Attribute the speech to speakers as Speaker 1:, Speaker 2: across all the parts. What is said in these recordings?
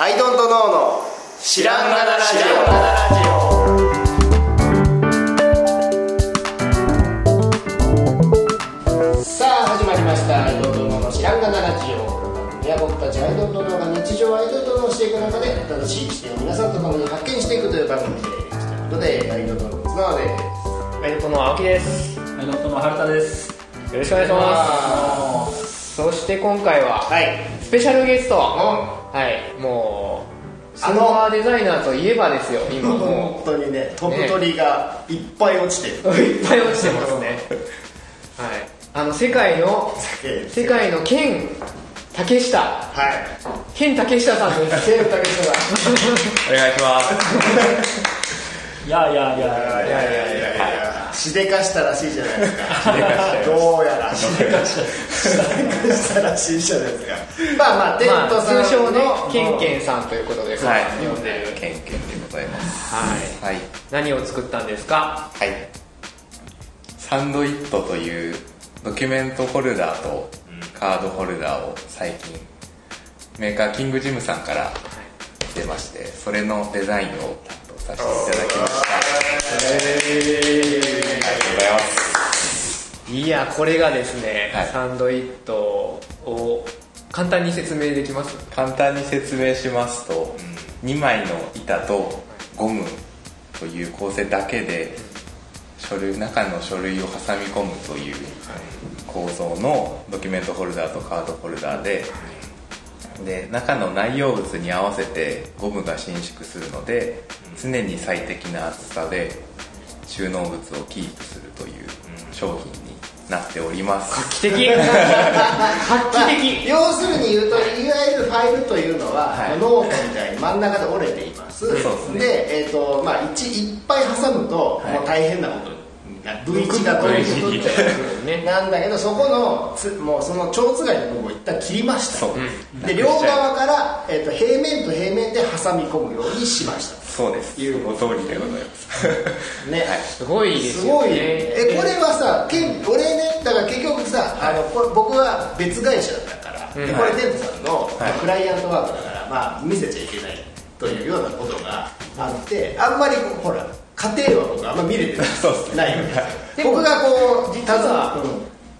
Speaker 1: アイドントノーの知らんがなラジ
Speaker 2: オさあ始まりましたアイドントノーの知らんがなラジオいや僕たちアイドントノーが日常をアイドントノーしていく中で楽しい視点を皆さんと共に発見していくという番組でということでアイドントノーの綱で
Speaker 3: メルトの青木です。よ
Speaker 4: はい、ロットの春田です。
Speaker 3: ろしくお願いします。そして今回は
Speaker 2: はい
Speaker 3: スペシャルゲスト。
Speaker 2: う
Speaker 3: はい、もうス
Speaker 2: あの
Speaker 3: ーパーデザイナーといえばですよ。今
Speaker 2: 本
Speaker 3: も
Speaker 2: 当にね飛ぶ鳥がいっぱい落ちてる、
Speaker 3: ういっぱい落ちてますね。はい。あの世界の
Speaker 2: え
Speaker 3: 世界の剣竹下
Speaker 2: はい
Speaker 3: 剣竹下さんです。
Speaker 2: 手をかけてた
Speaker 4: お願いします。いやいやい
Speaker 2: いやいやいや
Speaker 4: やいや。
Speaker 2: いやいやしでかしたらしいじゃないですか
Speaker 4: でかしたよ
Speaker 2: どうやらしでかしたしでかしたらしいじゃないですかまあまあテン
Speaker 3: まあ
Speaker 2: トさんの
Speaker 3: 通称ねケンケンさんということで、
Speaker 4: はい
Speaker 3: 呼んでる。
Speaker 4: ケンケンでございます。
Speaker 3: はい。
Speaker 4: はい。
Speaker 3: 何を作ったんですか。
Speaker 4: はい。サンドイットというドキュメントホルダーとカードホルダーを最近メーカーキングジムさんから出まして、それのデザインを担当させていただきました。ありがとうございます。
Speaker 3: いやこれがですね、
Speaker 4: はい
Speaker 3: サンドイットを簡単に説明できます
Speaker 4: 簡単に説明しますと、2枚の板とゴムという構成だけで書類中の書類を挟み込むという構造のドキュメントホルダーとカードホルダーでで中の内容物に合わせてゴムが伸縮するので常に最適な厚さで収納物をキープするという商品になっております
Speaker 3: 画期 的画期的
Speaker 2: 要するに言うといわゆるファイルというのは、
Speaker 4: はい
Speaker 2: ノートみたいに真ん中で折れています
Speaker 4: そうですね
Speaker 2: でえっ、とまあ一いっぱい挟むと、
Speaker 4: はい
Speaker 2: もう大変なことになる V 字だと
Speaker 3: V
Speaker 2: いうこと
Speaker 3: 字
Speaker 2: でなんだけどそこのつもうその蝶つがいの部分を一旦切りました
Speaker 4: そう
Speaker 2: で両側から、えー、と平面と平面で挟み込むようにしました
Speaker 4: そうです
Speaker 2: いう
Speaker 4: お通りでございます
Speaker 2: ね、
Speaker 4: はい
Speaker 3: すごいです
Speaker 2: す
Speaker 3: よ
Speaker 2: ごい
Speaker 3: ね
Speaker 2: ねえこれはさけん俺ねだから結局さ、あのこれ僕は別会社だから、でこれデントさんの、まあクライアントワークだから、まあ、見せちゃいけないというようなことがあってあんまりこうほら家庭は僕あんま見れてない
Speaker 4: そうっすね
Speaker 2: ないんですよ
Speaker 3: でも
Speaker 2: 僕がこう
Speaker 3: 実は
Speaker 2: うん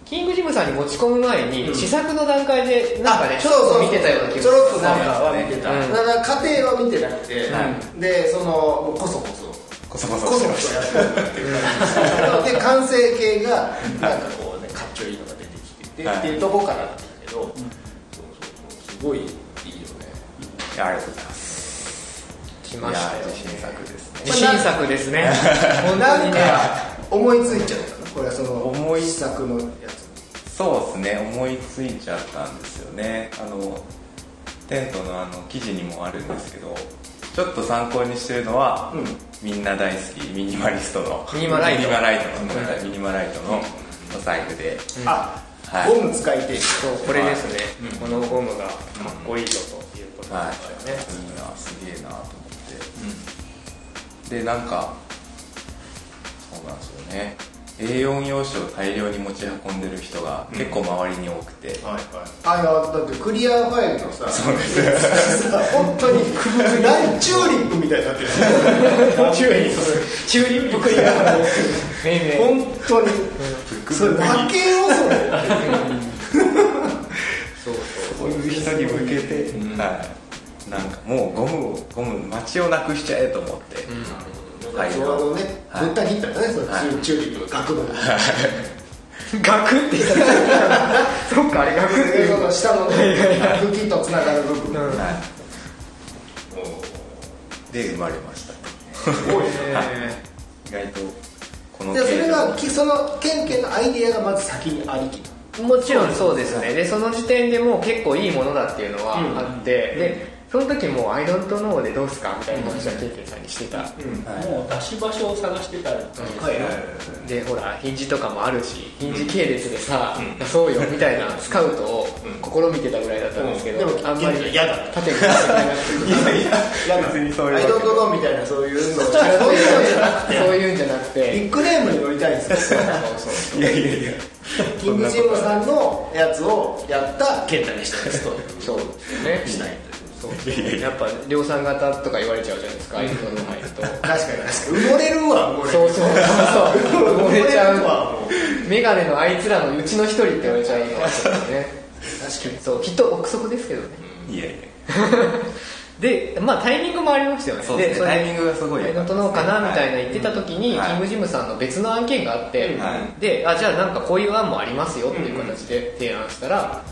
Speaker 3: キングジムさんに持ち込む前に、試作の段階でなんかね
Speaker 2: あ
Speaker 3: ちょっ
Speaker 2: そうそう
Speaker 3: と見てたような気が
Speaker 2: ちょろっとなんかは見てた、
Speaker 3: うん
Speaker 2: だから家庭は見てなくて、でそのもうこそこそ
Speaker 4: こそこ
Speaker 2: コ
Speaker 4: そ
Speaker 2: ソ
Speaker 4: して
Speaker 2: コ
Speaker 4: まし
Speaker 2: ソ
Speaker 4: た
Speaker 2: やってる感じで完成形がなんかこうねかっちょいいのが出てきてて、
Speaker 4: はい
Speaker 2: っていうとこからなんだけど、そうそうそうすごいいいよね
Speaker 4: いやありがとうございます
Speaker 3: しましたよ
Speaker 4: いや自信作ですね
Speaker 3: 自信作です ね本当
Speaker 2: なん
Speaker 3: に
Speaker 2: か
Speaker 3: ね
Speaker 2: 思いついちゃったのこれはその
Speaker 4: 思い
Speaker 2: 試作のやつ
Speaker 4: そうですね思いついちゃったんですよねあのテントのあの記事にもあるんですけどちょっと参考にしてるのは、
Speaker 2: うん
Speaker 4: みんな大好きミニマリストの
Speaker 3: ミニマライト
Speaker 4: ミニマライトのごめんなさいミニマライトのお財布で、
Speaker 2: あ、
Speaker 4: はい
Speaker 2: ゴム使いてえ
Speaker 3: そうこれですね、このゴムがかっこいいぞということ
Speaker 4: はい、
Speaker 3: ですよね、
Speaker 4: いいなすげえなと思って、でなんかそうなんですよね A4 用紙を大量に持ち運んでる人が結構周りに多くて、
Speaker 2: はいはいあのだってクリアファイルのさ
Speaker 4: そうですね
Speaker 2: さ本当に大チューリップみたいになってるチューリッ
Speaker 3: チューリップクリアの命名
Speaker 2: 本当にそれ負けよそれ
Speaker 3: そうそう
Speaker 4: そういう人に向けて、はい、なんかもうゴムをゴム街をなくしちゃえと思って、はい
Speaker 2: ちょうどね、
Speaker 4: はい
Speaker 2: ぶった切ったんだね、そのチュチューリップの角度が。
Speaker 3: ガクって言った そっかあれガクって
Speaker 2: で
Speaker 3: 言
Speaker 2: そうの下のね、茎とつながる部分。
Speaker 3: うん
Speaker 4: はい、で生まれました
Speaker 2: すごいね
Speaker 4: 意外とこの
Speaker 2: で、それが、
Speaker 4: 形
Speaker 2: きその、ケンケンのアイディアがまず先にありき。
Speaker 3: もちろんそうですねでその時点でもう結構いいものだっていうのはあって、でその時もう「I don't know」でどうすかみたいな話はケンケンさんにしてた、
Speaker 4: はい
Speaker 5: もう出し場所を探してたりとか、
Speaker 3: でほらヒンジとかもあるしヒンジ系列でさ、出そうよみたいなスカウトを試みてたぐらいだったんですけど、
Speaker 2: うんでも
Speaker 3: あん
Speaker 2: ケ
Speaker 3: ま
Speaker 2: ンケン
Speaker 3: り
Speaker 2: 嫌だっ
Speaker 3: 縦に出してないなっていう
Speaker 4: 別にそういうわ
Speaker 2: ア
Speaker 4: け
Speaker 2: イ
Speaker 4: で
Speaker 2: ドントノーみたいな、そういうの。
Speaker 3: そう
Speaker 2: そういうのじゃなくて
Speaker 3: い
Speaker 2: ビッ
Speaker 3: うんじゃなくて
Speaker 2: グネームに乗りたいんですよ。
Speaker 4: いやいやいや
Speaker 2: キングジムさんのやつをやった。
Speaker 5: ケンタにしたやつと。
Speaker 3: そうですよね
Speaker 2: しないという。
Speaker 3: そうですねやっぱ量産型とか言われちゃうじゃないですか iPhone の入ると
Speaker 2: 確かに確かに埋もれるわ埋もれる
Speaker 3: そうそうそうそう埋もれち
Speaker 2: 埋もれるわ
Speaker 3: ゃ
Speaker 2: も
Speaker 3: うメガネのあいつらのうちの一人って言われちゃうかもしれないね
Speaker 2: 確かに
Speaker 3: そうきっと憶測ですけどね
Speaker 4: いやいや
Speaker 3: でまあタイミングもありましたよね
Speaker 4: そうですね
Speaker 3: それ
Speaker 4: タイミングがすごい
Speaker 3: え
Speaker 4: 良
Speaker 3: ー
Speaker 4: か
Speaker 3: の
Speaker 4: った
Speaker 3: と
Speaker 4: ですね
Speaker 3: のかなみたいな言ってた時に、
Speaker 4: はい
Speaker 3: キングジムさんの別の案件があって、
Speaker 4: は
Speaker 3: であじゃあなんかこういう案もありますよっていう形で提案したら、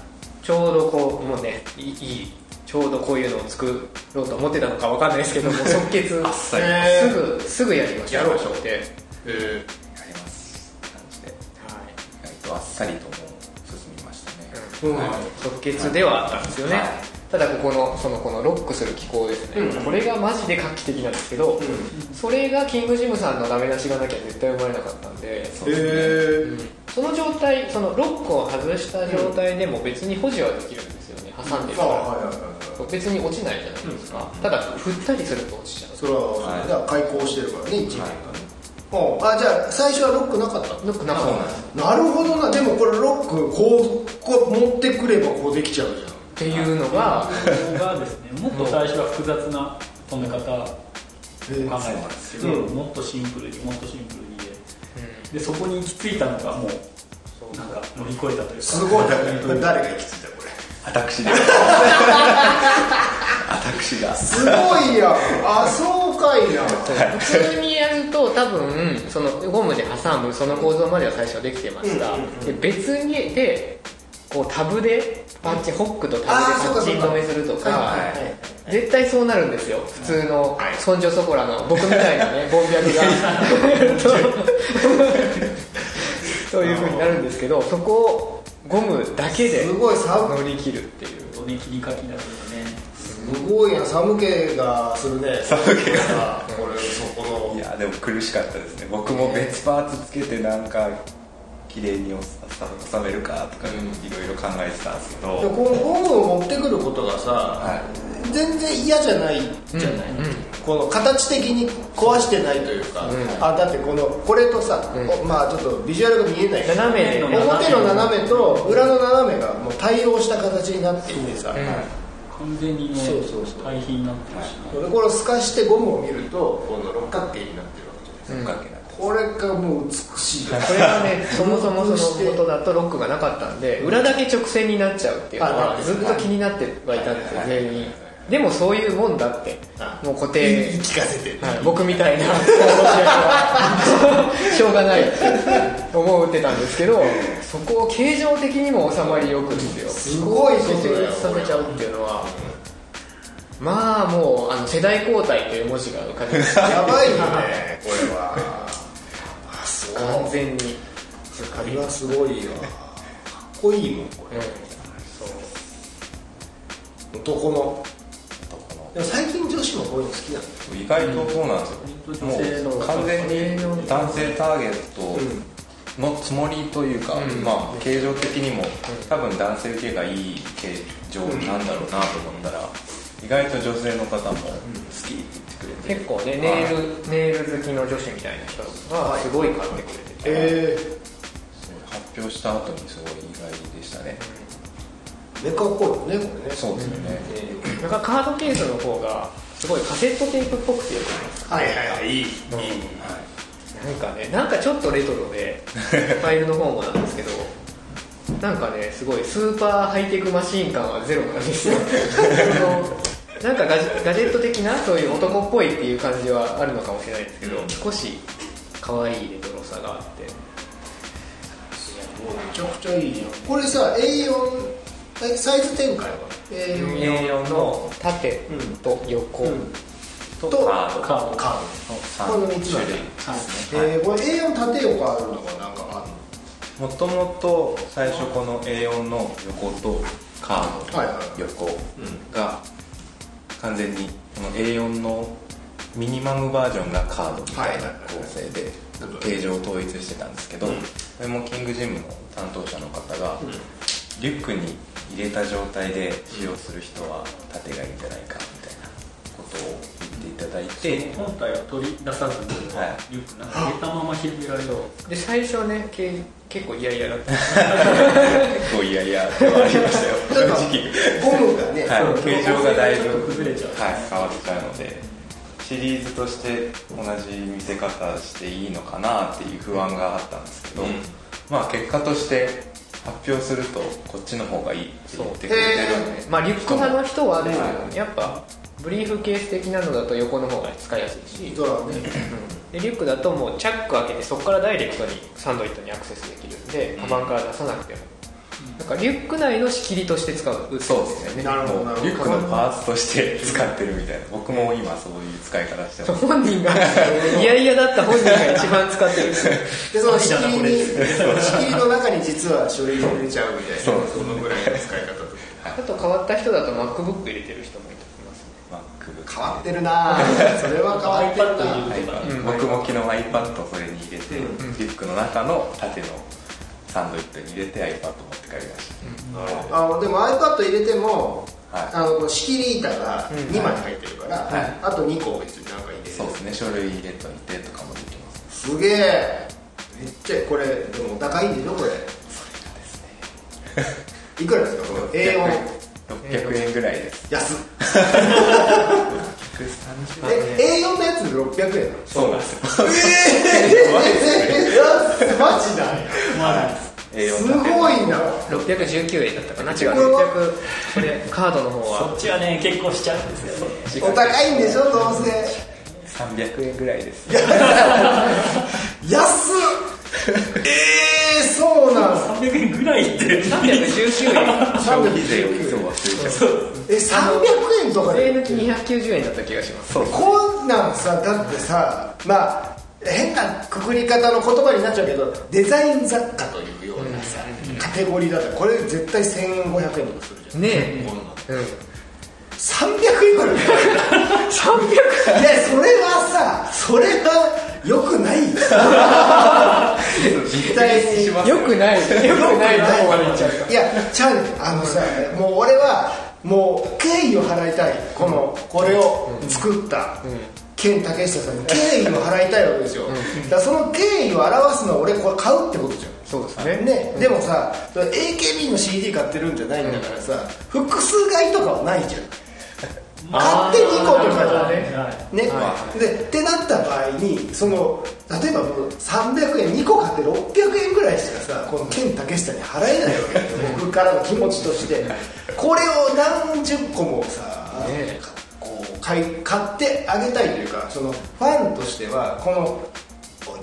Speaker 3: ちょうどこうもうねいいいいちょうどこういうのを作ろうと思ってたのかわかんないですけどもう即決
Speaker 4: さり
Speaker 3: すぐすぐやりましょう
Speaker 2: やろうと
Speaker 3: って、
Speaker 2: え
Speaker 4: やります感じで
Speaker 3: はい
Speaker 4: 意外とあっさりともう進みましたね、
Speaker 3: うん即決ではあったんですよね、
Speaker 4: はい
Speaker 3: ただここのそのこのロックする機構ですね、これがマジで画期的なんですけど、それがキングジムさんのダメ出しがなきゃ絶対生まれなかったんで
Speaker 2: ー
Speaker 4: そうですね
Speaker 2: えー
Speaker 3: その状態そのロックを外した状態でも別に保持はできるんですよね挟んでる
Speaker 2: あ
Speaker 3: か
Speaker 2: はい
Speaker 3: ら、
Speaker 2: はいはいはい
Speaker 3: 別に落ちないじゃないですか、ただ振ったりすると落ちちゃう
Speaker 2: それは、
Speaker 4: はい
Speaker 2: じゃあ開校してるからね一年が
Speaker 4: は
Speaker 2: ね
Speaker 4: い、
Speaker 2: おうあじゃあ最初はロックなかった
Speaker 3: ロックなか
Speaker 4: そう
Speaker 3: っ
Speaker 4: なん
Speaker 3: た
Speaker 4: です
Speaker 2: なるほどなでもこれロックこうこう持ってくればこうできちゃうじゃん
Speaker 3: っていうのが、
Speaker 5: 僕がですねもっと最初は複雑な止め方を考えたんですけど、
Speaker 2: うん
Speaker 5: もっとシンプルにもっとシンプルにででそこに行き着いたのがもうなんか乗り越えたというか
Speaker 2: すごいだ
Speaker 5: 本当
Speaker 2: 誰
Speaker 5: に
Speaker 2: が行き着いたこれ
Speaker 4: 私です私が
Speaker 2: すごいやんあそうかいな
Speaker 3: 普通にやると多分そのゴムで挟むその構造までは最初はできてました、で別にでこうタブでパッチホックとタブでパッチ止めするとか
Speaker 2: はいはいはい
Speaker 3: 絶対そうなるんですよ普通の尊女そこらの僕みたいな ねボンビャルがやるとそういう風になるんですけどそこをゴムだけです
Speaker 2: ごい寒
Speaker 3: 乗り切るっていう
Speaker 5: 本当に切り欠きだというかね
Speaker 2: すごいやん寒気がするね寒気がこれそこ
Speaker 4: い
Speaker 2: の
Speaker 4: やでも苦しかったですね僕も別パーツつけてなんか綺麗に収めるかとかいろいろ考えてたんですけど、
Speaker 2: でこのゴムを持ってくることがさ、
Speaker 4: は
Speaker 2: 全然嫌じゃないじゃない、この形的に壊してないというか、あだってこのこれとさ、おまあちょっとビジュアルが見えない
Speaker 3: 斜めで
Speaker 5: 斜め
Speaker 2: 表の斜めと裏の斜めがもう対応した形になっていてさ、
Speaker 5: 完全にね
Speaker 2: そうそうそう
Speaker 5: 対比になってるしね、
Speaker 2: でこれを透かしてゴムを見るとこの六角形になってるわけじゃないですか
Speaker 4: うん追っかけなって
Speaker 2: これがもう美しいよ
Speaker 3: これがね そもそもそのことだとロックがなかったんで裏だけ直線になっちゃうっていうの
Speaker 2: あな
Speaker 3: は
Speaker 2: る
Speaker 3: ずっと気になってはいたんですよ
Speaker 4: はい
Speaker 3: 全員でもそういうもんだって
Speaker 2: あ
Speaker 3: もう固
Speaker 2: 言
Speaker 3: 定
Speaker 2: い聞かせてる
Speaker 3: はい僕みたいな しょうがないって思うってたんですけどそこを形状的にも収まりよくですよ
Speaker 2: すごいこ
Speaker 3: そ
Speaker 2: と
Speaker 3: こ
Speaker 2: だ
Speaker 3: を
Speaker 2: よ
Speaker 3: させちゃうっていうのはまあもうあの世代交代という文字が浮かびました
Speaker 2: やばいよねこれはあそう
Speaker 3: 完全に
Speaker 2: これはすごいよかっこいいもんこ
Speaker 3: うん
Speaker 2: れ男の
Speaker 4: この
Speaker 2: でも最近女子もこういうの好きなんだ
Speaker 4: 意外とそうなんですよ、もう完全に男性ターゲットのつもりというか、まあ形状的にも多分男性受けがいい形状なんだろうなと思ったら、意外と女性の方も好きって言ってくれて
Speaker 3: 結構ねネイルネイル好きの女子みたいな人がすごい買ってくれてて、
Speaker 2: え
Speaker 4: 発表した後にすごい意外でしたね、
Speaker 2: えめかっこいいよねこれね
Speaker 4: そうですよね、
Speaker 3: なんかカードケースの方がすごいカセットテープっぽくてよくないですか
Speaker 2: はいはいはいいい
Speaker 3: なんかねなんかちょっとレトロでファイルの方もなんですけどなんかねすごいスーパーハイテクマシーン感はゼロなんですよそのなんかガジガジェット的なそういう男っぽいっていう感じはあるのかもしれないですけど、少し可愛いレトロさがあって
Speaker 2: もうめちゃくちゃいいじゃんこれさ A4 えサイズ展開は A4
Speaker 3: A4 の縦と横、
Speaker 4: と
Speaker 2: と
Speaker 4: カード
Speaker 5: カード
Speaker 2: カー
Speaker 4: の
Speaker 2: この三
Speaker 4: 3
Speaker 2: つ
Speaker 4: 種類
Speaker 2: ドえーこれ A4 縦横あるのがなんかあるの
Speaker 4: もともと最初この A4 の横とカード
Speaker 2: はいは
Speaker 4: の
Speaker 2: いはい
Speaker 4: 横が完全にこの A4 のミニマムバージョンがカードみたいな構成で形状を統一してたんですけどこれもキングジムの担当者の方がリュックに入れた状態で使用する人は縦がいいんじゃないかみたいなことを言っていただいいて
Speaker 5: 本体を取り出さずに、
Speaker 4: はい
Speaker 5: リュックなんか入れたまま広げられる
Speaker 3: で最初はねけ結構嫌々だった
Speaker 4: 結構いやいやではありましたよ正直
Speaker 2: ゴムがね、
Speaker 4: はい、形状がだいぶ
Speaker 5: ちょっと崩れちゃう
Speaker 4: はい、変わっちゃうのでシリーズとして同じ見せ方していいのかなっていう不安があったんですけど、まあ結果として発表するとこっちの方がいいって言ってくれてるんで、
Speaker 3: まあリュック派の人はでも
Speaker 4: は
Speaker 3: やっぱブリーフケース的なのだと横の方が使いやすいし
Speaker 2: ドラムね、
Speaker 3: でリュックだともうチャック開けてそこからダイレクトにサンドイットにアクセスできるんでカバンから出さなくてもだからリュック内の仕切りとして使う
Speaker 4: そうですね
Speaker 2: なるほど
Speaker 4: も
Speaker 2: なる
Speaker 4: う
Speaker 2: ほど
Speaker 4: リュックのパーツとして使ってるみたいな僕も今そういう使い方してます
Speaker 3: 本人がいやいやだった本人が一番使ってる
Speaker 2: でその仕切りに
Speaker 5: そう
Speaker 2: 仕切りの中に実は書類入れちゃうみたいな
Speaker 4: そうそう
Speaker 2: そのぐらいの使い方とか
Speaker 3: あと変わった人だと MacBook 入れてる人もいますね
Speaker 4: MacBook
Speaker 2: 変わってる なぁそれは変わってるなぁ
Speaker 4: iPad 僕も昨日 iPad をそれに入れて、リュックの中の縦のサンドイットに入れて iPad 持って帰りました、
Speaker 2: あでも iPad 入れても、
Speaker 4: はい
Speaker 2: あの仕切り板が2枚入ってるから、
Speaker 4: はい
Speaker 2: あと2個別になんか入れる
Speaker 4: そうですね書類入れといてとかもできます
Speaker 2: すげえめっちゃこれでもお高いんでしょこれいくらですかこの A4
Speaker 4: 600円ぐらいです
Speaker 2: 安っ
Speaker 4: 130
Speaker 2: え A4 のやつで600円なの
Speaker 4: そうなんです
Speaker 2: え
Speaker 4: よ
Speaker 2: えマジだ
Speaker 5: まあ、
Speaker 2: す
Speaker 4: A4
Speaker 2: ごいな
Speaker 3: 619円だったかな違う
Speaker 2: これは
Speaker 3: 600これカードの方
Speaker 5: そっ
Speaker 3: は
Speaker 5: ちはね結構しちゃうんですよね
Speaker 2: お高いんでしょどうせ
Speaker 4: 300円ぐらいです
Speaker 2: 安っえー、そうなんす
Speaker 5: 300円ぐらいって
Speaker 3: 319円
Speaker 4: 消費税をいつも忘れちゃう
Speaker 2: え300円とか
Speaker 3: 税
Speaker 2: で
Speaker 3: 抜き290円だった気がします
Speaker 4: そう
Speaker 2: こんなんさだってさまあ変なくくり方の言葉になっちゃうけどデザイン雑貨というようなさカテゴリーだったらこれ絶対1500円とかするじゃん
Speaker 3: ねえうん
Speaker 2: 300円ぐらいい
Speaker 3: 300
Speaker 2: やそれはさそれはよくないよ
Speaker 4: 実
Speaker 2: 対に
Speaker 4: します
Speaker 3: よくないよくないとこまでいっちゃう
Speaker 2: いやちゃうねあのさもう俺はもう敬意を払いたいこのこれを作った健竹下さんに敬意を払いたいわけですよだからその敬意を表すのは俺これ買うってことじゃん
Speaker 3: そうですね
Speaker 2: ね、でもさ、それ AKB の CD 買ってるんじゃないんだからさ、複数買いとかはないじゃん買って2個とかじゃんね
Speaker 5: は
Speaker 2: ね、
Speaker 4: は
Speaker 2: でってなった場合にその例えばもう300円2個買って600円ぐらいしかさこの剣竹下に払えないわけですよ僕からの気持ちとしてこれを何十個もさ、
Speaker 3: ね
Speaker 2: こう買い買ってあげたいというかそのファンとしてはこの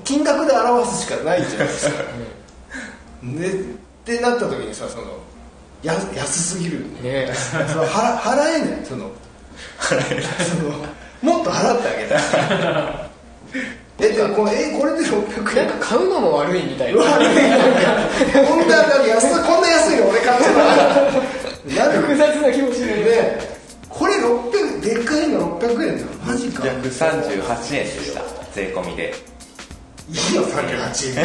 Speaker 2: 金額で表すしかないじゃないですか。でってなった時にさそのや安すぎるよね
Speaker 3: ね
Speaker 2: その払払えないその そのもっと払ってあげたい えでもこのえこれで600
Speaker 3: な
Speaker 2: 円
Speaker 3: んか買うのも悪いみたいな
Speaker 2: 悪いなんかこんなだって安いこんな安いの俺買ってたなる
Speaker 3: 複
Speaker 2: ね
Speaker 3: 雑な気持ちでね
Speaker 2: これ600でっかいの600円だマジかいいよ
Speaker 4: 138円でした税込みで
Speaker 2: 38円
Speaker 3: それ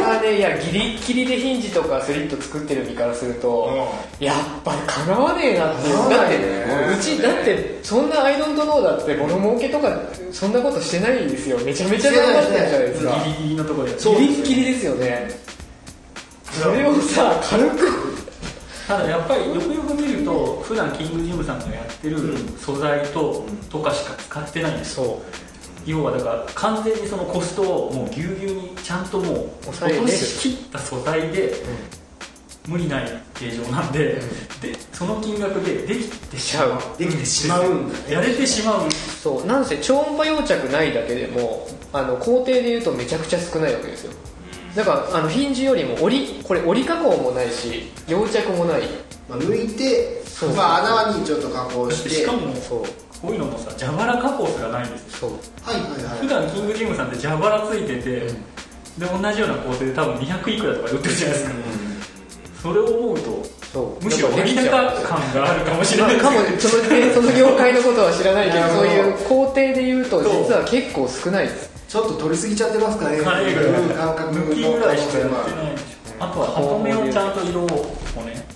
Speaker 3: はねいやギリッギリでヒンジとかスリット作ってる身からすると、やっぱりかなわねえなっていう
Speaker 2: 叶
Speaker 3: だ
Speaker 2: わな
Speaker 3: って
Speaker 2: いね
Speaker 3: うちだってそんなアイドントノーだって物儲けとかそんなことしてないんですよめちゃめちゃ頑張ってるじゃないですか
Speaker 5: いギリギリのところで
Speaker 3: ギリッギリですよねそれをさ軽く
Speaker 5: ただやっぱりよくよく見ると普段キングジムさんがやってる素材ととかしか使ってないんですよ
Speaker 3: そ
Speaker 5: 要はだから完全にそのコストをもうぎゅうぎゅうにちゃんともう落
Speaker 3: 抑えれる
Speaker 5: としきった素材で無理ない形状なんで,、でその金額でできて
Speaker 3: う
Speaker 5: し
Speaker 3: し
Speaker 5: ま
Speaker 3: ゃ
Speaker 5: う
Speaker 3: う
Speaker 2: できてしまうんだ
Speaker 5: やれてしまう
Speaker 3: そうなんせ超音波溶着ないだけでもあの工程で言うとめちゃくちゃ少ないわけですよだからあのヒンジよりも折りこれ折り加工もないし溶着もない
Speaker 2: まあ抜いて
Speaker 3: そう
Speaker 2: まあ穴にちょっと加工して
Speaker 5: しかも
Speaker 3: そう
Speaker 5: こういうのもさ蛇腹加工すらないんですよ
Speaker 3: そう
Speaker 2: はいはいはい
Speaker 5: 普段キングジムさんって蛇腹ついてて、で同じような工程で多分200いくらとかで売ってるじゃないですか、それを思うと
Speaker 3: そう
Speaker 5: むしろ
Speaker 3: で
Speaker 5: 割
Speaker 3: き
Speaker 5: 高
Speaker 3: ちゃう
Speaker 5: 感があるかもしれ
Speaker 3: ま
Speaker 5: な
Speaker 3: あ
Speaker 5: いです
Speaker 3: かもその点その業界のことは知らないけど
Speaker 2: なるほ
Speaker 3: そう
Speaker 2: ど
Speaker 3: いう工程で言うと
Speaker 5: そう
Speaker 3: 実は結構少ないです
Speaker 2: ちょっと取りすぎちゃってますかね
Speaker 5: カレー
Speaker 2: うん感覚
Speaker 5: 抜きぐらいしかや
Speaker 2: も
Speaker 5: ってないでしょあとは箱目をちゃんと色をね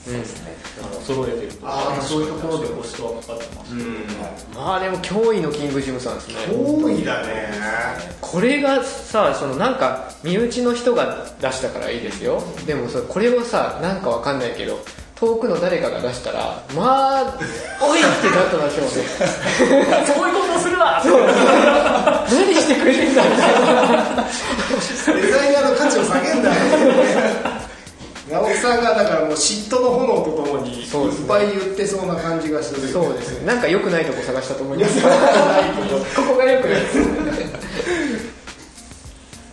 Speaker 5: あの揃えてると
Speaker 2: あ
Speaker 5: か
Speaker 2: ー
Speaker 5: そういうところでコストはかかって ます
Speaker 3: まあでも脅威のキングジムさんですね
Speaker 2: 多いだね
Speaker 3: これがさそのなんか身内の人が出したからいいですよでもそこれをさなんかわかんないけど遠くの誰かが出したらまあ「おい!」ってなったでしょうね
Speaker 5: そういうことをするな
Speaker 3: 何してくれてんだみたいな
Speaker 2: デザイナーの価値を下げんだよ直木さんがだからもう嫉妬の炎とともにいっ
Speaker 3: そうですね
Speaker 2: ぱい言ってそうな感じがする
Speaker 3: そうですねなんか良くないとこ探したと思いますここが良くないです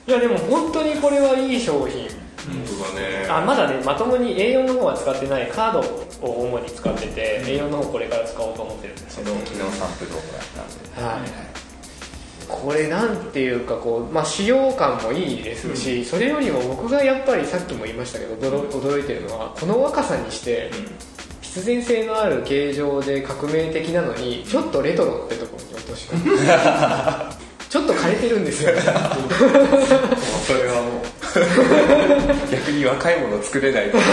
Speaker 3: いやでも本当にこれはいい商品
Speaker 1: 当だね
Speaker 3: あまだねまともに A4 の方は使ってないカードを主に使ってて、A4 の方これから使おうと思ってるんですけど、
Speaker 4: 昨日サンプルをもらったんで
Speaker 3: はい、これなんていうかこう、まあ、使用感もいいですし、それよりも僕がやっぱりさっきも言いましたけど驚驚いてるのはこの若さにして必然性のある形状で革命的なのにちょっとレトロってところに落とし込 むちょっと枯れてるん ですよね
Speaker 4: それはもう逆に若いもの作れないと思う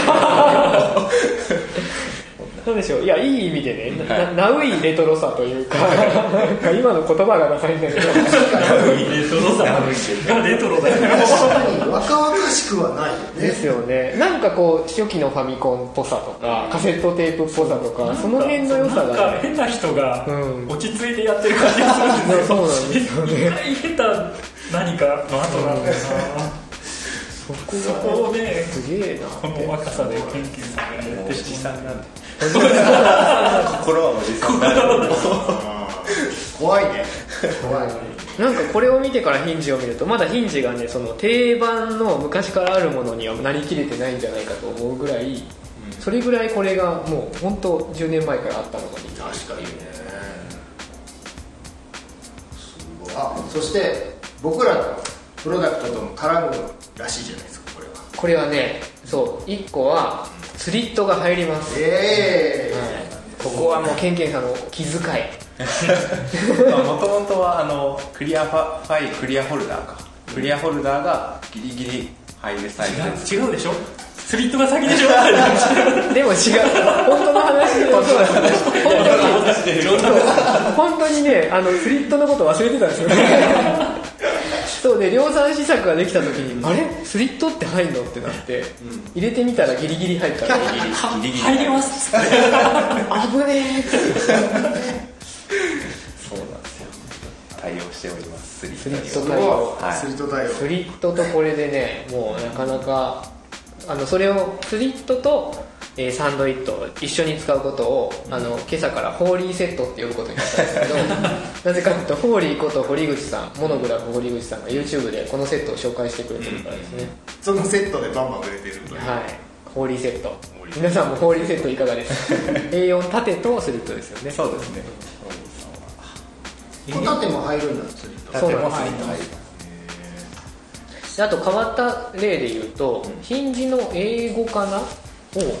Speaker 3: なんでしょういやいい意味でね、ななナウイレトロさという かなんか今の言葉がダサいんだけど
Speaker 5: レト ロだレトロだよね
Speaker 2: 確かに若々しくはないよね
Speaker 3: ですよねなんかこう初期のファミコンっぽさとかカセットテープっぽさとかその辺の良さ
Speaker 5: なん
Speaker 3: が
Speaker 5: か
Speaker 3: ね
Speaker 5: 変な人が
Speaker 3: うん
Speaker 5: 落ち着いてやってる感じがするんですよ
Speaker 3: そうなんですよね
Speaker 5: 一回変な何かの後なんだよな
Speaker 3: そこ
Speaker 5: そこをね
Speaker 3: がすげえな
Speaker 5: この若さでケンケンさんがやってしまうんで
Speaker 4: 心はおじさんだよ
Speaker 2: 怖いね怖いね
Speaker 3: なんかこれを見てからヒンジを見るとまだヒンジがねその定番の昔からあるものにはなりきれてないんじゃないかと思うぐらいそれぐらいこれがもう本当10年前からあったのがいい
Speaker 2: 確かにねすごいあそして僕らのプロダクトとも絡むらしいじゃないですかこれは
Speaker 3: これはねそう1個はスリットが入ります
Speaker 2: ええ
Speaker 3: ここはもうケンケンさんの気遣い
Speaker 4: もともとはあのクリアファファイルクリアホルダーかクリアホルダーがギリギリ入るサイズです
Speaker 5: すよ 違う違うでしょスリットが先で しょ
Speaker 3: でも違う本当の話で本当の話
Speaker 5: いろんな
Speaker 3: 本当にねあのスリットのこと忘れてたんですよねそうで量産試作ができた時にあれスリットって入んのってなって、入れてみたらギリギリ入ったら
Speaker 4: ギリギリ
Speaker 5: 入りますっつって
Speaker 3: 危ね
Speaker 4: そうなんですよ対応しておりますスリ
Speaker 3: スリッ
Speaker 4: ッ
Speaker 3: ト
Speaker 4: ト
Speaker 2: す
Speaker 3: 対応
Speaker 2: ご
Speaker 4: はいい
Speaker 2: スリット対応
Speaker 3: えスリットとこれでねもうなかなかあのそれをスリットと、えーサンドイットを一緒に使うことを、あの今朝からホーリーセットって呼ぶことになったんです けどなぜかというとホーリーこと堀口さんモノグラフ堀口さんが YouTube でこのセットを紹介してくれてるからですね、
Speaker 2: そのセットでバンバン売れてるという
Speaker 3: はい、ホーリーセット。皆さんもホーリーセットいかがです か ?A4 縦とスリットですよね。
Speaker 4: そうですね
Speaker 2: ホタテも入るんだスリット
Speaker 3: そう
Speaker 4: 縦
Speaker 3: なんです
Speaker 4: もスリット入ります
Speaker 3: であと変わった例で言うと、ヒンジの英語かなを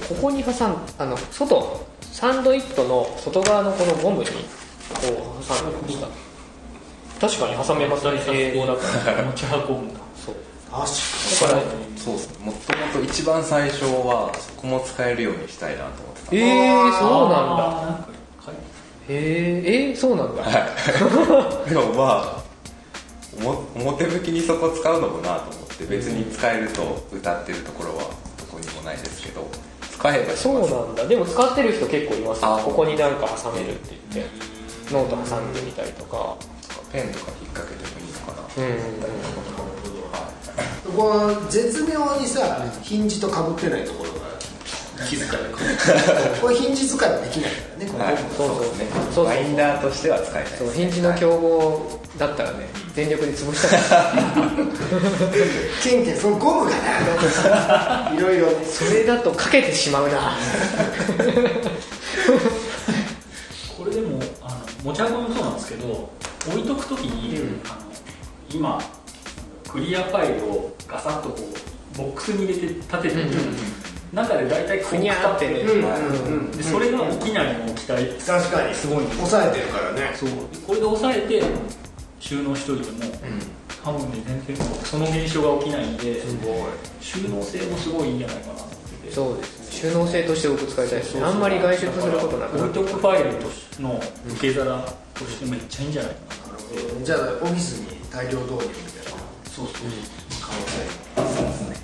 Speaker 3: ここに挟んあの外サンドイットの外側のこのゴムにこう挟んでました確かに挟めますね英語だから
Speaker 5: 持ち運んだ
Speaker 3: そう
Speaker 2: 確かに
Speaker 4: そうですねもともと一番最初はそこも使えるようにしたいなと思ってた
Speaker 3: えー、そ
Speaker 5: あ
Speaker 3: うなんだ
Speaker 5: ーなんか
Speaker 3: へえー、そうなんだ、
Speaker 4: でもまあおも表向きにそこ使うのもなと思って別に使えると歌ってるところはどこにもないですけど使えばします
Speaker 3: そうなんだでも使ってる人結構いますよ
Speaker 4: あ
Speaker 3: ここになんか挟めるって言ってノート挟んでみたりとか
Speaker 4: ペンとか引っ掛けてもいいのかな
Speaker 3: うんうんうん
Speaker 2: この絶妙にさヒンジとかぶってないところが気遣いこれヒンジ使いはできないからねこの
Speaker 4: はい、
Speaker 2: ゴム
Speaker 3: そうそう
Speaker 4: ですね
Speaker 3: そうそう
Speaker 4: バインダーとしては使えない
Speaker 3: そう返事の競合だったらね全力で潰 したかった
Speaker 2: ケンケンそのゴムがな いろいろね
Speaker 3: それだとかけてしまうな
Speaker 5: これでもあの持ち運びもそうなんですけど置いとくときに、あの今クリアファイルをガサッとこうボックスに入れて立ててる、中で大体こ
Speaker 3: ふにゃーってね
Speaker 2: うん
Speaker 4: う
Speaker 2: うんうん
Speaker 5: でそれが起きないのを期待
Speaker 2: 確かに
Speaker 5: すごいんです
Speaker 2: 抑えてるからね
Speaker 5: そうでこれで押さえて収納しといても、多分ね全然もうその現象が起きないんで収納性もすごいいいんじゃないかなと思ってて
Speaker 3: そうですね収納性として僕使いたいですねあんまり外出することなくな
Speaker 5: 置い
Speaker 3: って
Speaker 5: とくファイルとしての受け皿としてめっちゃいいんじゃないかなと思って、
Speaker 2: じゃあオフィスに大量導入みたいな
Speaker 5: そうそう
Speaker 2: 可能性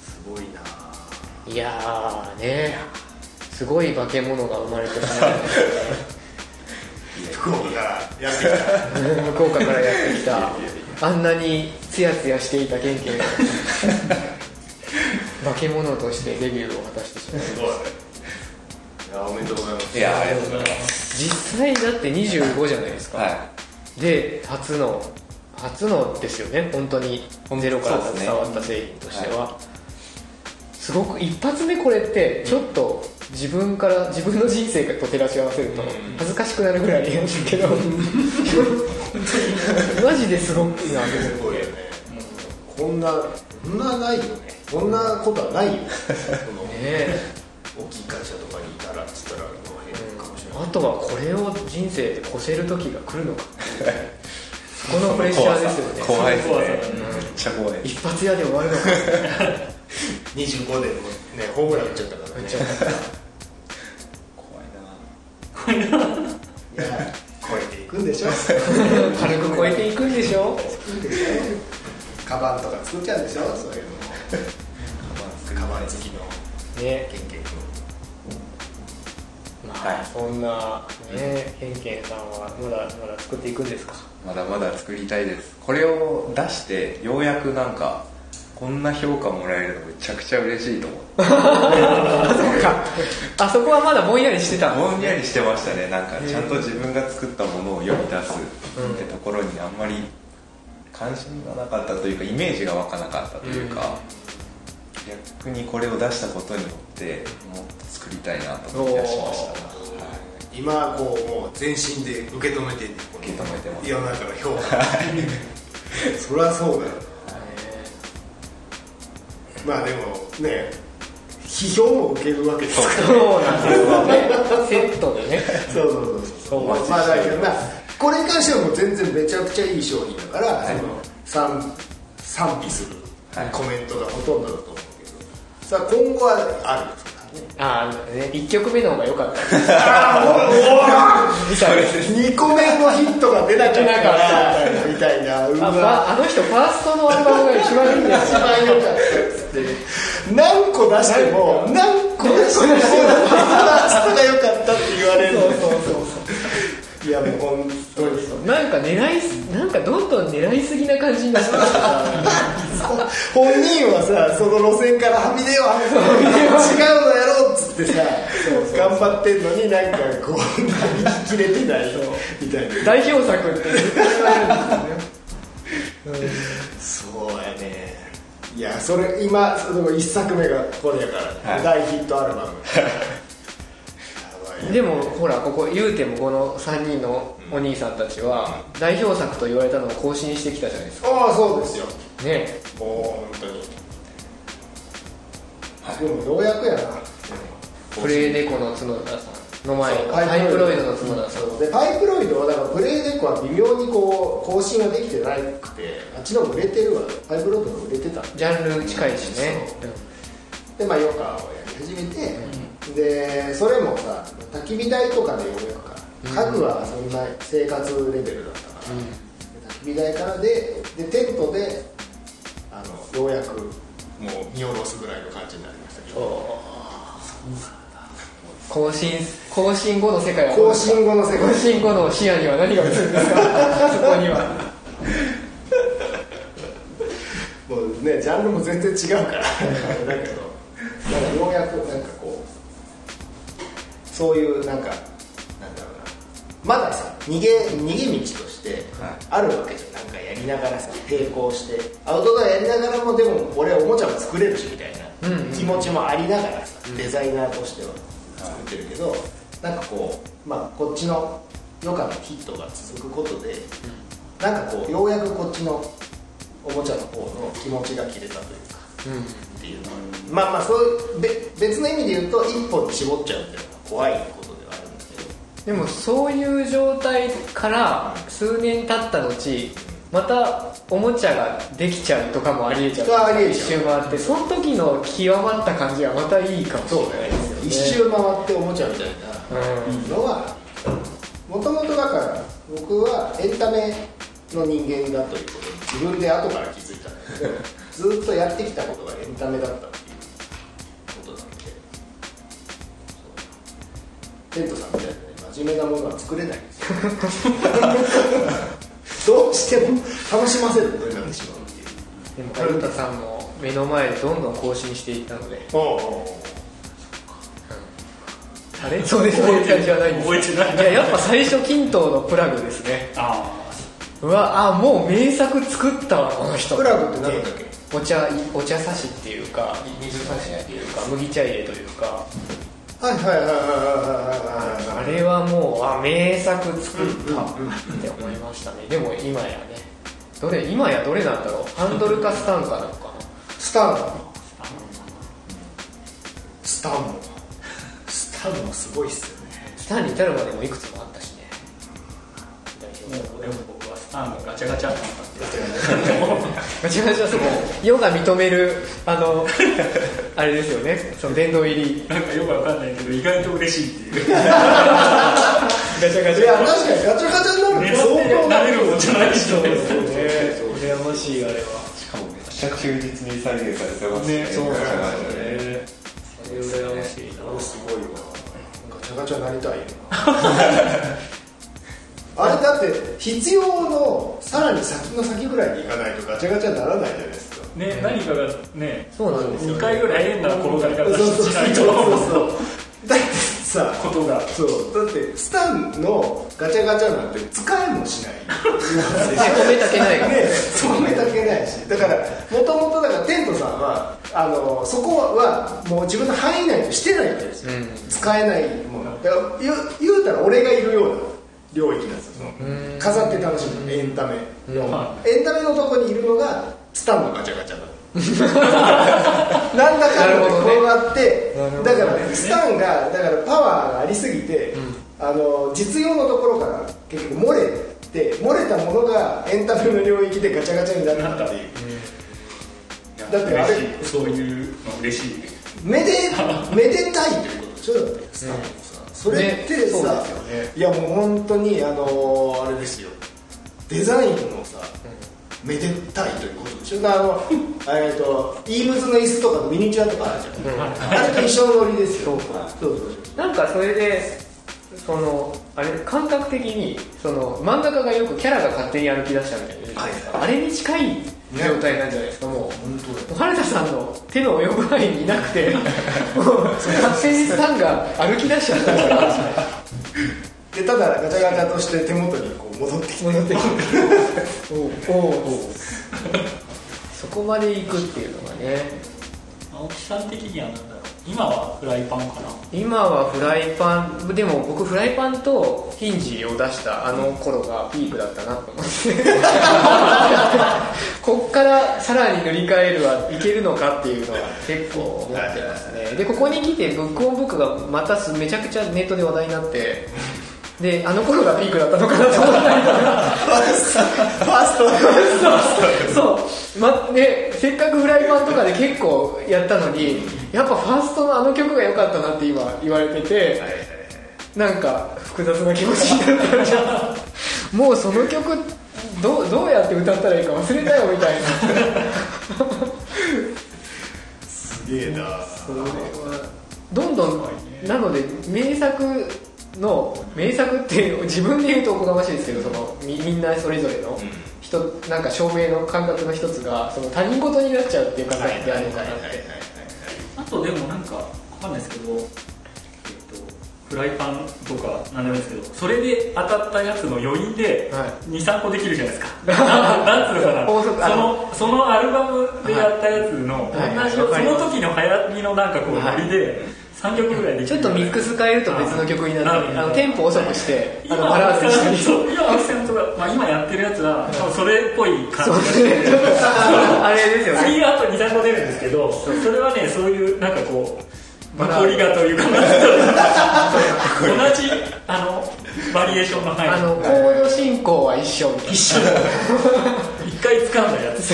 Speaker 2: すごいなあ
Speaker 3: いやーねすごい化け物が生まれてし ま
Speaker 2: 福岡からやってきた
Speaker 3: う福岡からやってきたあんなにツヤツヤしていたケン ケンが化け物としてデビューを果たしてしまう
Speaker 2: すごい いやおめでとうございます
Speaker 4: いやありがとうござい
Speaker 3: 実際だって25じゃないですか、
Speaker 4: ますは
Speaker 3: で初の初のですよね本当に
Speaker 4: 本当
Speaker 3: ゼロから
Speaker 4: そうですね
Speaker 3: 伝わった製品としては、すごく一発目これってちょっと自分から自分の人生と照らし合わせると恥ずかしくなるぐらい なんです けどマジですごくな
Speaker 2: すごいよねこんなこんなないよねこんなことはないよその
Speaker 3: ね
Speaker 2: 大きい会社とかにいたらっつったらこの辺かもしれない
Speaker 3: あとはこれを人生で越せる時が来るのかそこのプレッシャーですよね
Speaker 4: 怖いですね
Speaker 5: 怖さ
Speaker 4: めっちゃ怖いです
Speaker 3: 一発屋で終わるのか
Speaker 2: 25年もねホームラン打っちゃったからね
Speaker 4: 怖い
Speaker 2: いや超えていくんでしょ
Speaker 3: 軽く超えていくんでしょ
Speaker 2: カバンとか作っちゃうんでしょそういうのもカバン好きの
Speaker 3: ね
Speaker 2: ケンケン君
Speaker 3: まあ、
Speaker 4: はい
Speaker 3: そんなねケンケンさんはまだまだ作っていくんですか
Speaker 4: なまだまだ作りたいですこれを出してようやくなんかこんな評価もらえるのめちゃくちゃ嬉しいと思って
Speaker 3: あそこはまだぼんやりしてた
Speaker 4: ぼんやりしてましたねなんかちゃんと自分が作ったものを世に出すってところにあんまり関心がなかったというかイメージが湧かなかったというか、逆にこれを出したことによってもっと作りたいなと思い出しました、はい
Speaker 2: 今こうもう全身で受け止めてんねんこの
Speaker 4: 受け止めてます
Speaker 2: 世の中の評価そりゃそうだよまあでもね批評も受けるわけですから
Speaker 3: そうなんですよねセットでね
Speaker 2: そうそうそうそう。まあだけどまあこれに関してはもう全然めちゃくちゃいい商品だから、
Speaker 4: い
Speaker 2: その賛賛否する
Speaker 4: はい
Speaker 2: コメントがほとんどだと思うけど、さあ今後はあるんですか ね。
Speaker 3: ああね1曲目の方が良かった
Speaker 2: あ
Speaker 3: みたいです
Speaker 2: おお二個目のヒットが出なきゃなからみたいな。う
Speaker 3: あ,、
Speaker 2: わ。
Speaker 3: まあ、あの人ファーストのアルバムが一番いいんです
Speaker 2: 一番良かったですって何個出しても何個出してもその人が良かったって言われる
Speaker 3: そ
Speaker 2: の
Speaker 3: うそうそう
Speaker 2: いやもう本当にそう
Speaker 3: そうなんか狙いすなんかどんどん狙いすぎな感じになってました
Speaker 2: 本人はさその路線からはみ出ようはみ出よう違うのやろうっつってさ頑張ってんのになんかこう何き切れてないみたいな
Speaker 3: 代表作って絶対言われるんですよね
Speaker 2: そうやねいやそれ今その1作目がこれやから、
Speaker 4: はい
Speaker 2: 大ヒットア ルバムやばいね
Speaker 3: でもほらここ言うてもこの3人のお兄さんたちは代表作と言われたのを更新してきたじゃないです
Speaker 2: ああそうですよ
Speaker 3: かね
Speaker 2: もう本当に、でもようやくやな
Speaker 3: プレイデコの角田さんの前
Speaker 2: そう
Speaker 3: ハイプロイドの角田さん
Speaker 2: そうでパイプロイドはだからプレイデックは微妙にこう更新ができてなくてあっちの方が売れてるわパイプロイドの方が売れてた
Speaker 3: ジャンル近いしね
Speaker 2: でまあ余暇をやり始めて、でそれもさ焚き火台とかでようやくか家具はそんな生活レベルだったから、
Speaker 3: うん
Speaker 2: で焚き火台からででテントであのようやくもう見下ろすぐらいの感じになりましたけど
Speaker 3: 更新更新後の世界は
Speaker 2: 更新後の世界
Speaker 3: 更新後の視野には何が映るん ですかそこには
Speaker 2: もうねジャンルも全然違うからだけどなんかようやくなんかこうそういうなんかなんだろうなまださ逃げ逃げ道として
Speaker 4: はい
Speaker 2: あるわけじゃん、なんかやりながらさ並行してアウトドアやりながらもでも俺おもちゃも作れるしみたいな、
Speaker 3: うんうん
Speaker 2: 気持ちもありながらさデザイナーとしては作ってるけど、なんかこうまあこっちの余暇のヒットが続くことで、なんかこうようやくこっちのおもちゃの方の気持ちが切れたというか
Speaker 3: うん
Speaker 2: っていうのはまあまあそういうべ別の意味で言うと一本に絞っちゃうっていうのは怖いことではあるんだけど
Speaker 3: でもそういう状態から数年経った後またおもちゃができちゃうとかもありえちゃう
Speaker 2: あありえ
Speaker 3: 一
Speaker 2: ちゃう
Speaker 3: 周回ってその時の極まった感じはまたいいかもしれないですよね
Speaker 2: 一周回っておもちゃみたい
Speaker 3: うん
Speaker 2: なのはもともとだから僕はエンタメの人間だということに自分で後から気づいたんだけどずっとやってきたことがエンタメだったっていうことなのでそうテントさんみたいなね真面目なものは作れないんですよどうしても楽しませることになってしまうっていう
Speaker 3: でも春田さんも目の前でどんどん更新していったので
Speaker 2: お
Speaker 3: あれそうですね感じはないんです
Speaker 5: 覚えてない
Speaker 3: いややっぱ最初均等のプラグですね
Speaker 5: ああ
Speaker 3: うわあもう名作作ったわこの人
Speaker 2: プラグって何だっけ
Speaker 3: お茶お茶差しっていうか水差しっていうか麦茶入れというか
Speaker 2: はいはいはいはいはいはい
Speaker 3: あれはもうあ名作作ったって思いましたねでも今やねどれ今やどれなんだろうハンドルかスタンかなのか
Speaker 2: スタンドスタンドスタンドすごいっすよね
Speaker 3: なスタンに至るまでもいくつもあったしね
Speaker 5: もうでも僕はスタンドガチャガチャってなったんで
Speaker 3: 違う違うその世が認めるあ のあれですよねその殿堂入り
Speaker 5: なんかよくわかんないけど意外と嬉しいっていう
Speaker 3: ガチャガチ
Speaker 2: い
Speaker 3: ャ
Speaker 2: や確かにガチャガチャになる
Speaker 5: 熱
Speaker 2: と
Speaker 5: を
Speaker 2: 相当
Speaker 5: 慣れるもんじゃない人
Speaker 3: ね羨ましいあれは
Speaker 4: しかもめっちゃ忠実に再現されてます
Speaker 5: ねそうなん
Speaker 4: ですね
Speaker 3: 羨ましいな
Speaker 2: すごいわガチャガチャなりたいよなあれだって必要のさらに先の先ぐらいに行かないとガチャガチャにならないじゃないですか
Speaker 5: ね何かがね
Speaker 3: そうなんですよ
Speaker 5: 2回ぐらい変な転がり
Speaker 2: そうそ
Speaker 5: 方
Speaker 2: うそう
Speaker 5: しないと
Speaker 2: そう だってさ
Speaker 5: ことが
Speaker 2: そうだってスタンのガチャガチャなんて使えもしない
Speaker 3: 褒めたけないからね
Speaker 2: ねそうめたけないしだからもともとだからテントさんはあのそこはもう自分の範囲内としてないわけですよ、
Speaker 3: うん
Speaker 2: 使えないものだから言う言うたら俺がいるような領域なんですよその
Speaker 3: うん
Speaker 2: 飾って楽しむエンタメの、
Speaker 5: ま
Speaker 2: エンタメのとこにいるのがスタンのガチャガチャだなんだかんだで転がって、
Speaker 3: なるほどね
Speaker 2: だからねスタンがだからパワーがありすぎて、あの実用のところから結局漏れて漏れたものがエンタメの領域でガチャガチャになったっていうだってあれ
Speaker 5: 嬉しいそういうの嬉しい
Speaker 2: めでめでたいということでしょだってスタンもさ、それって
Speaker 3: ねそう
Speaker 2: さ
Speaker 3: ですよ、
Speaker 2: いやもう本当にあのーあれですよデザインのさ、めでたいということでしょだからあの えっとイームズの椅子とかのミニチュアとかあるじゃん、あれと一緒のノリですよそうそうそう
Speaker 3: なんかそれでそのあれ感覚的にその漫画家がよくキャラが勝手に歩き出したみたいな、
Speaker 2: はい
Speaker 3: あれに近い状態なんじゃないですか、もうもう原田さんの手の及ぶ範囲にいなくてもう勝手にスタンが歩き出しちゃったから
Speaker 2: でただガチャガチャとして手元にこう戻ってきて
Speaker 3: 戻ってきておうおうおうそこまで行くっていうのがね
Speaker 5: 青木さん的には何だろう今はフライパンかな
Speaker 3: 今はフライパンでも僕フライパンとヒンジを出したあの頃がピークだったなと思ってこっからさらに塗り替えるはいけるのかっていうのは結構思ってますねでここに来てブックオンブックがまたすめちゃくちゃネットで話題になってであの頃がピークだったのかなと思ったりとか
Speaker 2: ファースト
Speaker 3: そう、まね、せっかくフライパンとかで結構やったのにやっぱファーストのあの曲が良かったなって今言われてて、なんか複雑な気持ちになったんじゃんもうその曲どうどうやって歌ったらいいか忘れたよみたいな
Speaker 2: すげえな
Speaker 3: どんどんなので名作の名作って自分で言うとおこがましいですけどそのみみんなそれぞれの人、なんか証明の感覚の一つがその他人事になっちゃうっていう感覚ってあるのかなって。
Speaker 5: あとでもなんかわかんないですけど、えっと、フライパンとか何でもいいですけどそれで当たったやつの余韻で
Speaker 3: はい
Speaker 5: 23個できるじゃない ですかなんなんつうのかな
Speaker 3: 法則あ
Speaker 5: そ
Speaker 3: の
Speaker 5: のそのアルバムでやったやつの同
Speaker 3: はいはい
Speaker 5: じの
Speaker 3: わか
Speaker 5: そ
Speaker 3: ります
Speaker 5: の時の流行りのなんかこう
Speaker 3: はい
Speaker 5: ノリで3曲ぐらいでき
Speaker 3: ちょ
Speaker 5: る
Speaker 3: っとミックス変えると別の曲になる
Speaker 5: あ
Speaker 3: あのテンポ遅くしてあ
Speaker 5: 今
Speaker 3: のバラードにしたり
Speaker 5: そう今アクセントが、まあ、今やってるやつは多分それっぽい感じがして
Speaker 3: あれですよね
Speaker 5: 次あと23個出るんですけどそれはねそういうなんかこう
Speaker 3: バラ
Speaker 5: 残りがというか同じあのバリエーションの範囲
Speaker 3: あのコード進行は一緒みたいな
Speaker 5: 一回掴んだやつ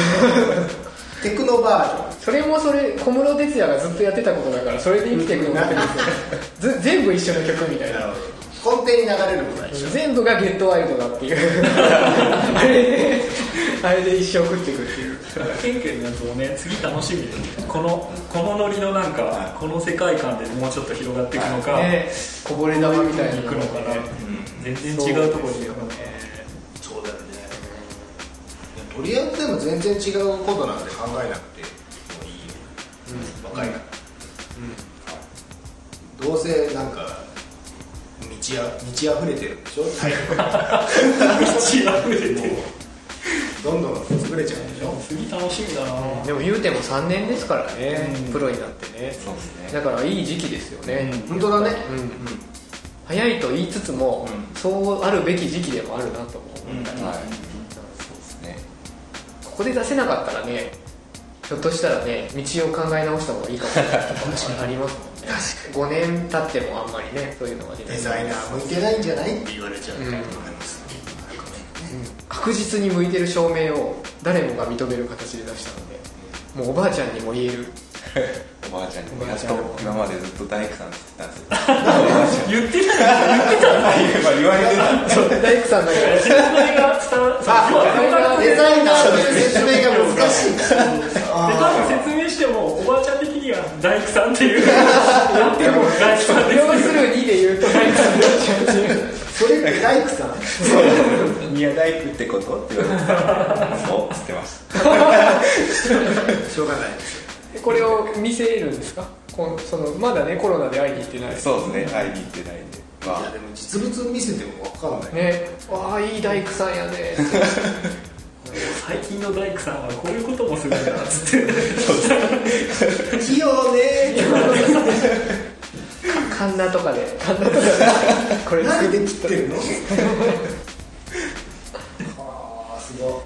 Speaker 2: テクノバージョン
Speaker 3: それもそれ小室哲哉がずっとやってたことだからそれで生きていくのがですよず全部一緒の曲みたいな
Speaker 2: 根底に流れることは一緒
Speaker 3: 全部がゲットワイルドだっていう あれであれで一生食っていくっていう
Speaker 5: ケンケンのやつもね次楽しみでこのこのノリのなんかこの世界観でもうちょっと広がっていくのか、
Speaker 3: ねこぼれ玉みたいに
Speaker 5: 行くのかな、全然違うところに行くのか
Speaker 2: そうだよねとりあえずでも全然違うことなんて考えなくてもいいよ、若いから、どうせなんか満ちあ満ち溢れてるんでしょ体力
Speaker 5: な道溢れてる
Speaker 2: どんどん潰れちゃうんでしょ
Speaker 5: 次楽しみだな、
Speaker 3: でも言うても3年ですからね、
Speaker 5: うん
Speaker 3: プロになってね
Speaker 4: そうですね
Speaker 3: だからいい時期ですよね、
Speaker 5: うん
Speaker 2: 本当だね
Speaker 3: うん早いと言いつつも、そうあるべき時期でもあるなと思う、
Speaker 5: うん
Speaker 4: はいそうですね
Speaker 3: ここで出せなかったらねひょっとしたらね道を考え直した方がいいかもしれないとかありますもんね5年経ってもあんまりねそういうのが出て
Speaker 2: デザイナー向いてないんじゃないって言われちゃうから、
Speaker 3: うん
Speaker 2: なんかね
Speaker 3: 確実に向いてる証明を誰もが認める形で出したのでもうおばあちゃんにも言える
Speaker 4: おばあちゃんに
Speaker 3: おば
Speaker 4: や
Speaker 3: あ
Speaker 4: っ
Speaker 3: ちゃん
Speaker 4: と今までずっと大工さんって言 っ
Speaker 5: 言っ
Speaker 4: てたんです
Speaker 5: てない言ってたの
Speaker 4: よ今言われてたんですよ
Speaker 3: そう大工さんだ から
Speaker 5: 説明が伝わそう
Speaker 2: あ
Speaker 5: そう
Speaker 3: あ
Speaker 2: デザイナーという説明が難しいんだ
Speaker 5: で多分説明してもおばあちゃん的には大工さんっていうやっても大工さん
Speaker 3: 要
Speaker 5: です
Speaker 3: るにで言うと大工さんになっちゃうっていう
Speaker 2: それって大工さん
Speaker 4: 宮大工ってことって言われてたそうっつってました
Speaker 2: しょうがない
Speaker 3: これを見せるんですかこんそのまだねコロナで会いに行ってない
Speaker 4: そうですね会いに行ってないんでま
Speaker 2: いやでも実物見せても分かんない
Speaker 3: ねわあいい大工さんや ね
Speaker 5: 最近の大工さんはこういうこともするんだっつって
Speaker 2: 器用ね
Speaker 3: カンナとかでカンナとかでこれ
Speaker 2: 何
Speaker 3: 作
Speaker 2: で切ってるのはあすご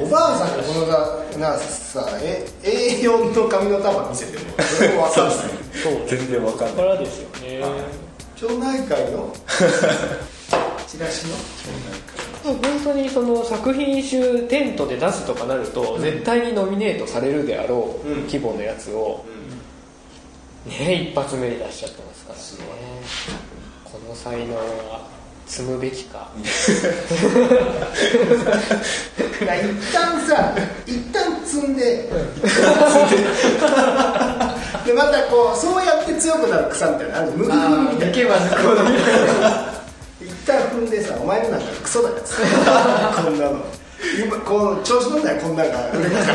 Speaker 2: いおばあさんがこのさなさえ A4 の紙の束見せてもそれも分かん ない
Speaker 4: あ全然わかんない
Speaker 3: らですよね
Speaker 2: 町内会のチラシの
Speaker 3: 本当にその作品集テントで出すとかなると、絶対にノミネートされるであろう規模のやつを、ね一発目で出しちゃってますからねこの才能は積むべきか
Speaker 2: いや一旦さ一旦積 んで、でまたこうそうやって強くなる草みたいなのある無理
Speaker 3: あ
Speaker 2: みた
Speaker 3: ー
Speaker 2: いな
Speaker 3: 抜けば抜くほど
Speaker 2: 一旦踏んでさお前のなんかクソだよこんなの今こう調子乗んだよこんなのが売れたか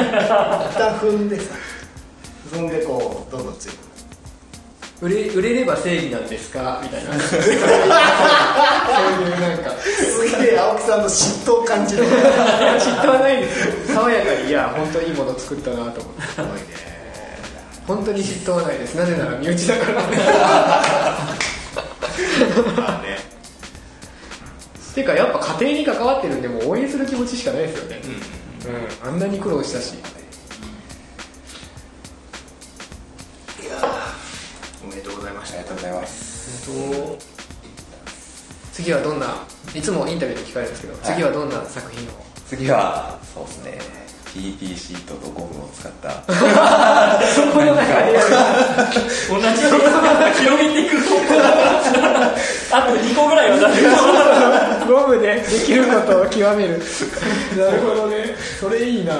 Speaker 2: ら一旦踏んでさ踏んでこうどんどん強く
Speaker 3: 売れ売れれば正義なんですかみたい なそういうなんか
Speaker 2: すげえ青木さんの嫉妬を感じるす
Speaker 3: 嫉妬はないですよ爽やかにいや本当にいいもの作ったなと思って
Speaker 2: ごいね
Speaker 3: 本当に嫉妬はないですなぜなら身内だから
Speaker 2: まあね
Speaker 3: ていうかやっぱ家庭に関わってるんでもう応援する気持ちしかないですよね、うんあんなに苦労したし
Speaker 2: おめでとうございまし
Speaker 4: あり
Speaker 2: た
Speaker 4: がとうございます
Speaker 3: 次はどんないつもインタビューで聞かれるんですけど、次はどんな作品を
Speaker 4: 次はそうですね PP シートとゴムを使った
Speaker 3: そこの中で
Speaker 5: 同じことが広げていく方向だあと2個ぐらいは 出せる
Speaker 3: ゴムでできることを極める なるほどねそれいいな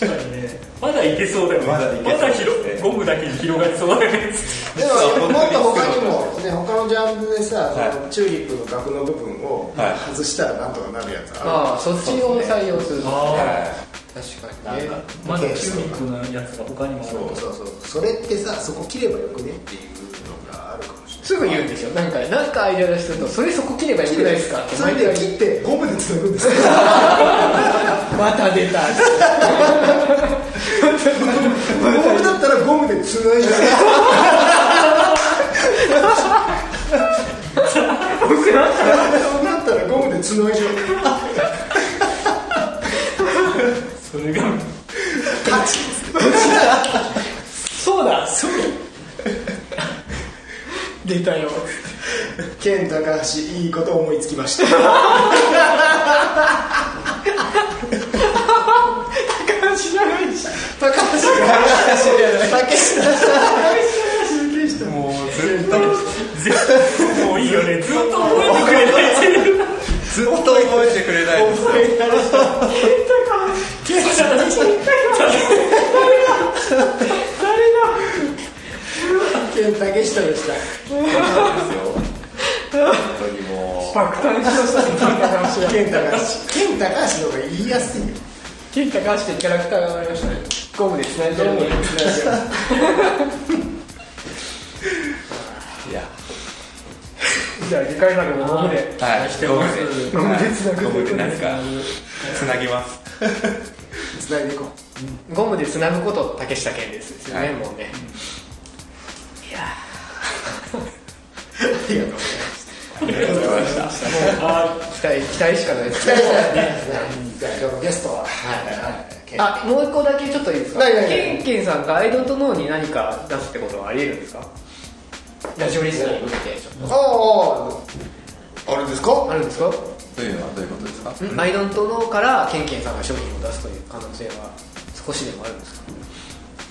Speaker 5: 確かにねまだいけそうだよね
Speaker 4: まだいけそうですね
Speaker 5: まだ広ゴムだけに広がりそうだよね
Speaker 2: でももっと他にも、ね、他のジャンルでさ、
Speaker 4: はい
Speaker 2: そのチューリップの額の部分を
Speaker 4: はい
Speaker 2: 外したらなんとかなるやつある、
Speaker 3: ああそっちを採用する
Speaker 5: あ
Speaker 3: 確
Speaker 2: なん
Speaker 3: かにね
Speaker 2: か
Speaker 5: まだチューリップのやつが他にもある
Speaker 2: そうそうそうそれってさそこ切ればよくねっていうのがあるかもし
Speaker 3: すぐ言うんですよなんかなんかアイデア出してるとそれそこ切ればよく
Speaker 2: れ
Speaker 3: な
Speaker 2: ないい
Speaker 3: です か
Speaker 2: それで切ってゴムでつなぐんですよ
Speaker 3: また出た
Speaker 2: 僕だったらゴムでつないで
Speaker 3: 僕なんか
Speaker 2: 僕だったらゴムでつないじゃう
Speaker 5: それが
Speaker 2: カチッ出たよ健高橋いいこと思いつきました
Speaker 3: 高橋じゃないし
Speaker 2: 高橋高橋
Speaker 4: もうずっと
Speaker 5: もういいよねずっと覚えてくれない
Speaker 4: ずっと覚えてくれないです
Speaker 2: 覚えられた健太でしたでした
Speaker 4: よ本当にもう
Speaker 3: 爆誕しました
Speaker 2: 健太が健太がしの方が言いやすいよ
Speaker 3: 金高橋ってキャラクターが生まれましたねゴムで繋いでるのに
Speaker 4: いや
Speaker 3: じゃあ次回までもゴムで
Speaker 4: はいゴムで
Speaker 3: ゴムで繋
Speaker 4: ゴム
Speaker 3: ぐ
Speaker 4: でなんかつなぎます
Speaker 2: つないでいこ
Speaker 3: ゴムで繋ぐこと竹下健ですですよね、
Speaker 4: はい
Speaker 3: もうね
Speaker 4: ありがとうございました
Speaker 3: 期待期待しかないです
Speaker 2: うはいはいじゃあ今日のゲストははい健太
Speaker 3: あもう一個だけちょっといいですか
Speaker 2: ないないない
Speaker 3: ケンケンさんが「アイドントノー」に何か出すってことはありえるんですかラジオリスナーに向けてちょっと
Speaker 2: あああれですか
Speaker 3: あるんですか
Speaker 4: というのはどういうことですか
Speaker 3: 「アイドントノー」からケンケンさんが商品を出すという可能性は少しでもあるんですか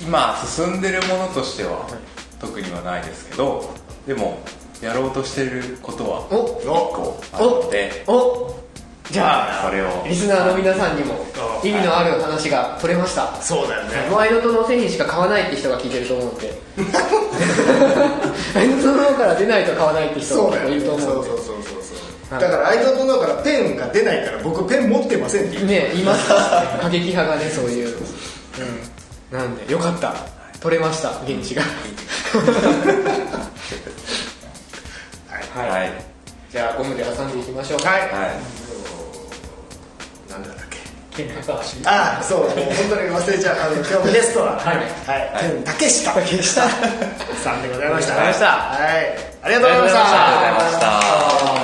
Speaker 4: 今進んでるものとしては特にはないですけどでもやろうとしてることは
Speaker 3: お
Speaker 4: 一個あるので
Speaker 3: おじゃあ
Speaker 4: それを
Speaker 3: リスナーの皆さんにも意味のある話が取れました
Speaker 6: そうだよね
Speaker 3: もうアイドントノー製品しか買わないって人が聞いてると思うんでアイドントノーから出ないと買わないって人
Speaker 2: そう
Speaker 3: が
Speaker 2: だよ
Speaker 3: い
Speaker 2: ね
Speaker 3: ると
Speaker 2: そう
Speaker 3: 思
Speaker 2: そううん
Speaker 3: で
Speaker 2: そうそう
Speaker 3: は
Speaker 2: だ
Speaker 3: い
Speaker 2: からアイドルのからペンが出ないから僕ペン持ってませんっていう
Speaker 3: ねいますからね過激派がねそういう、うん、なんでよかった取れました現地が
Speaker 4: はいはい
Speaker 3: じゃあゴムで挟んでいきましょう
Speaker 2: なんだっけ
Speaker 5: ケン高橋
Speaker 2: ああそうだね本当に忘れちゃうあの今日のゲストははいい天竹下竹下さんでございました
Speaker 3: ありがとうございました
Speaker 2: はいありがとうございまし
Speaker 3: ありがとうございました
Speaker 4: ありがとうございました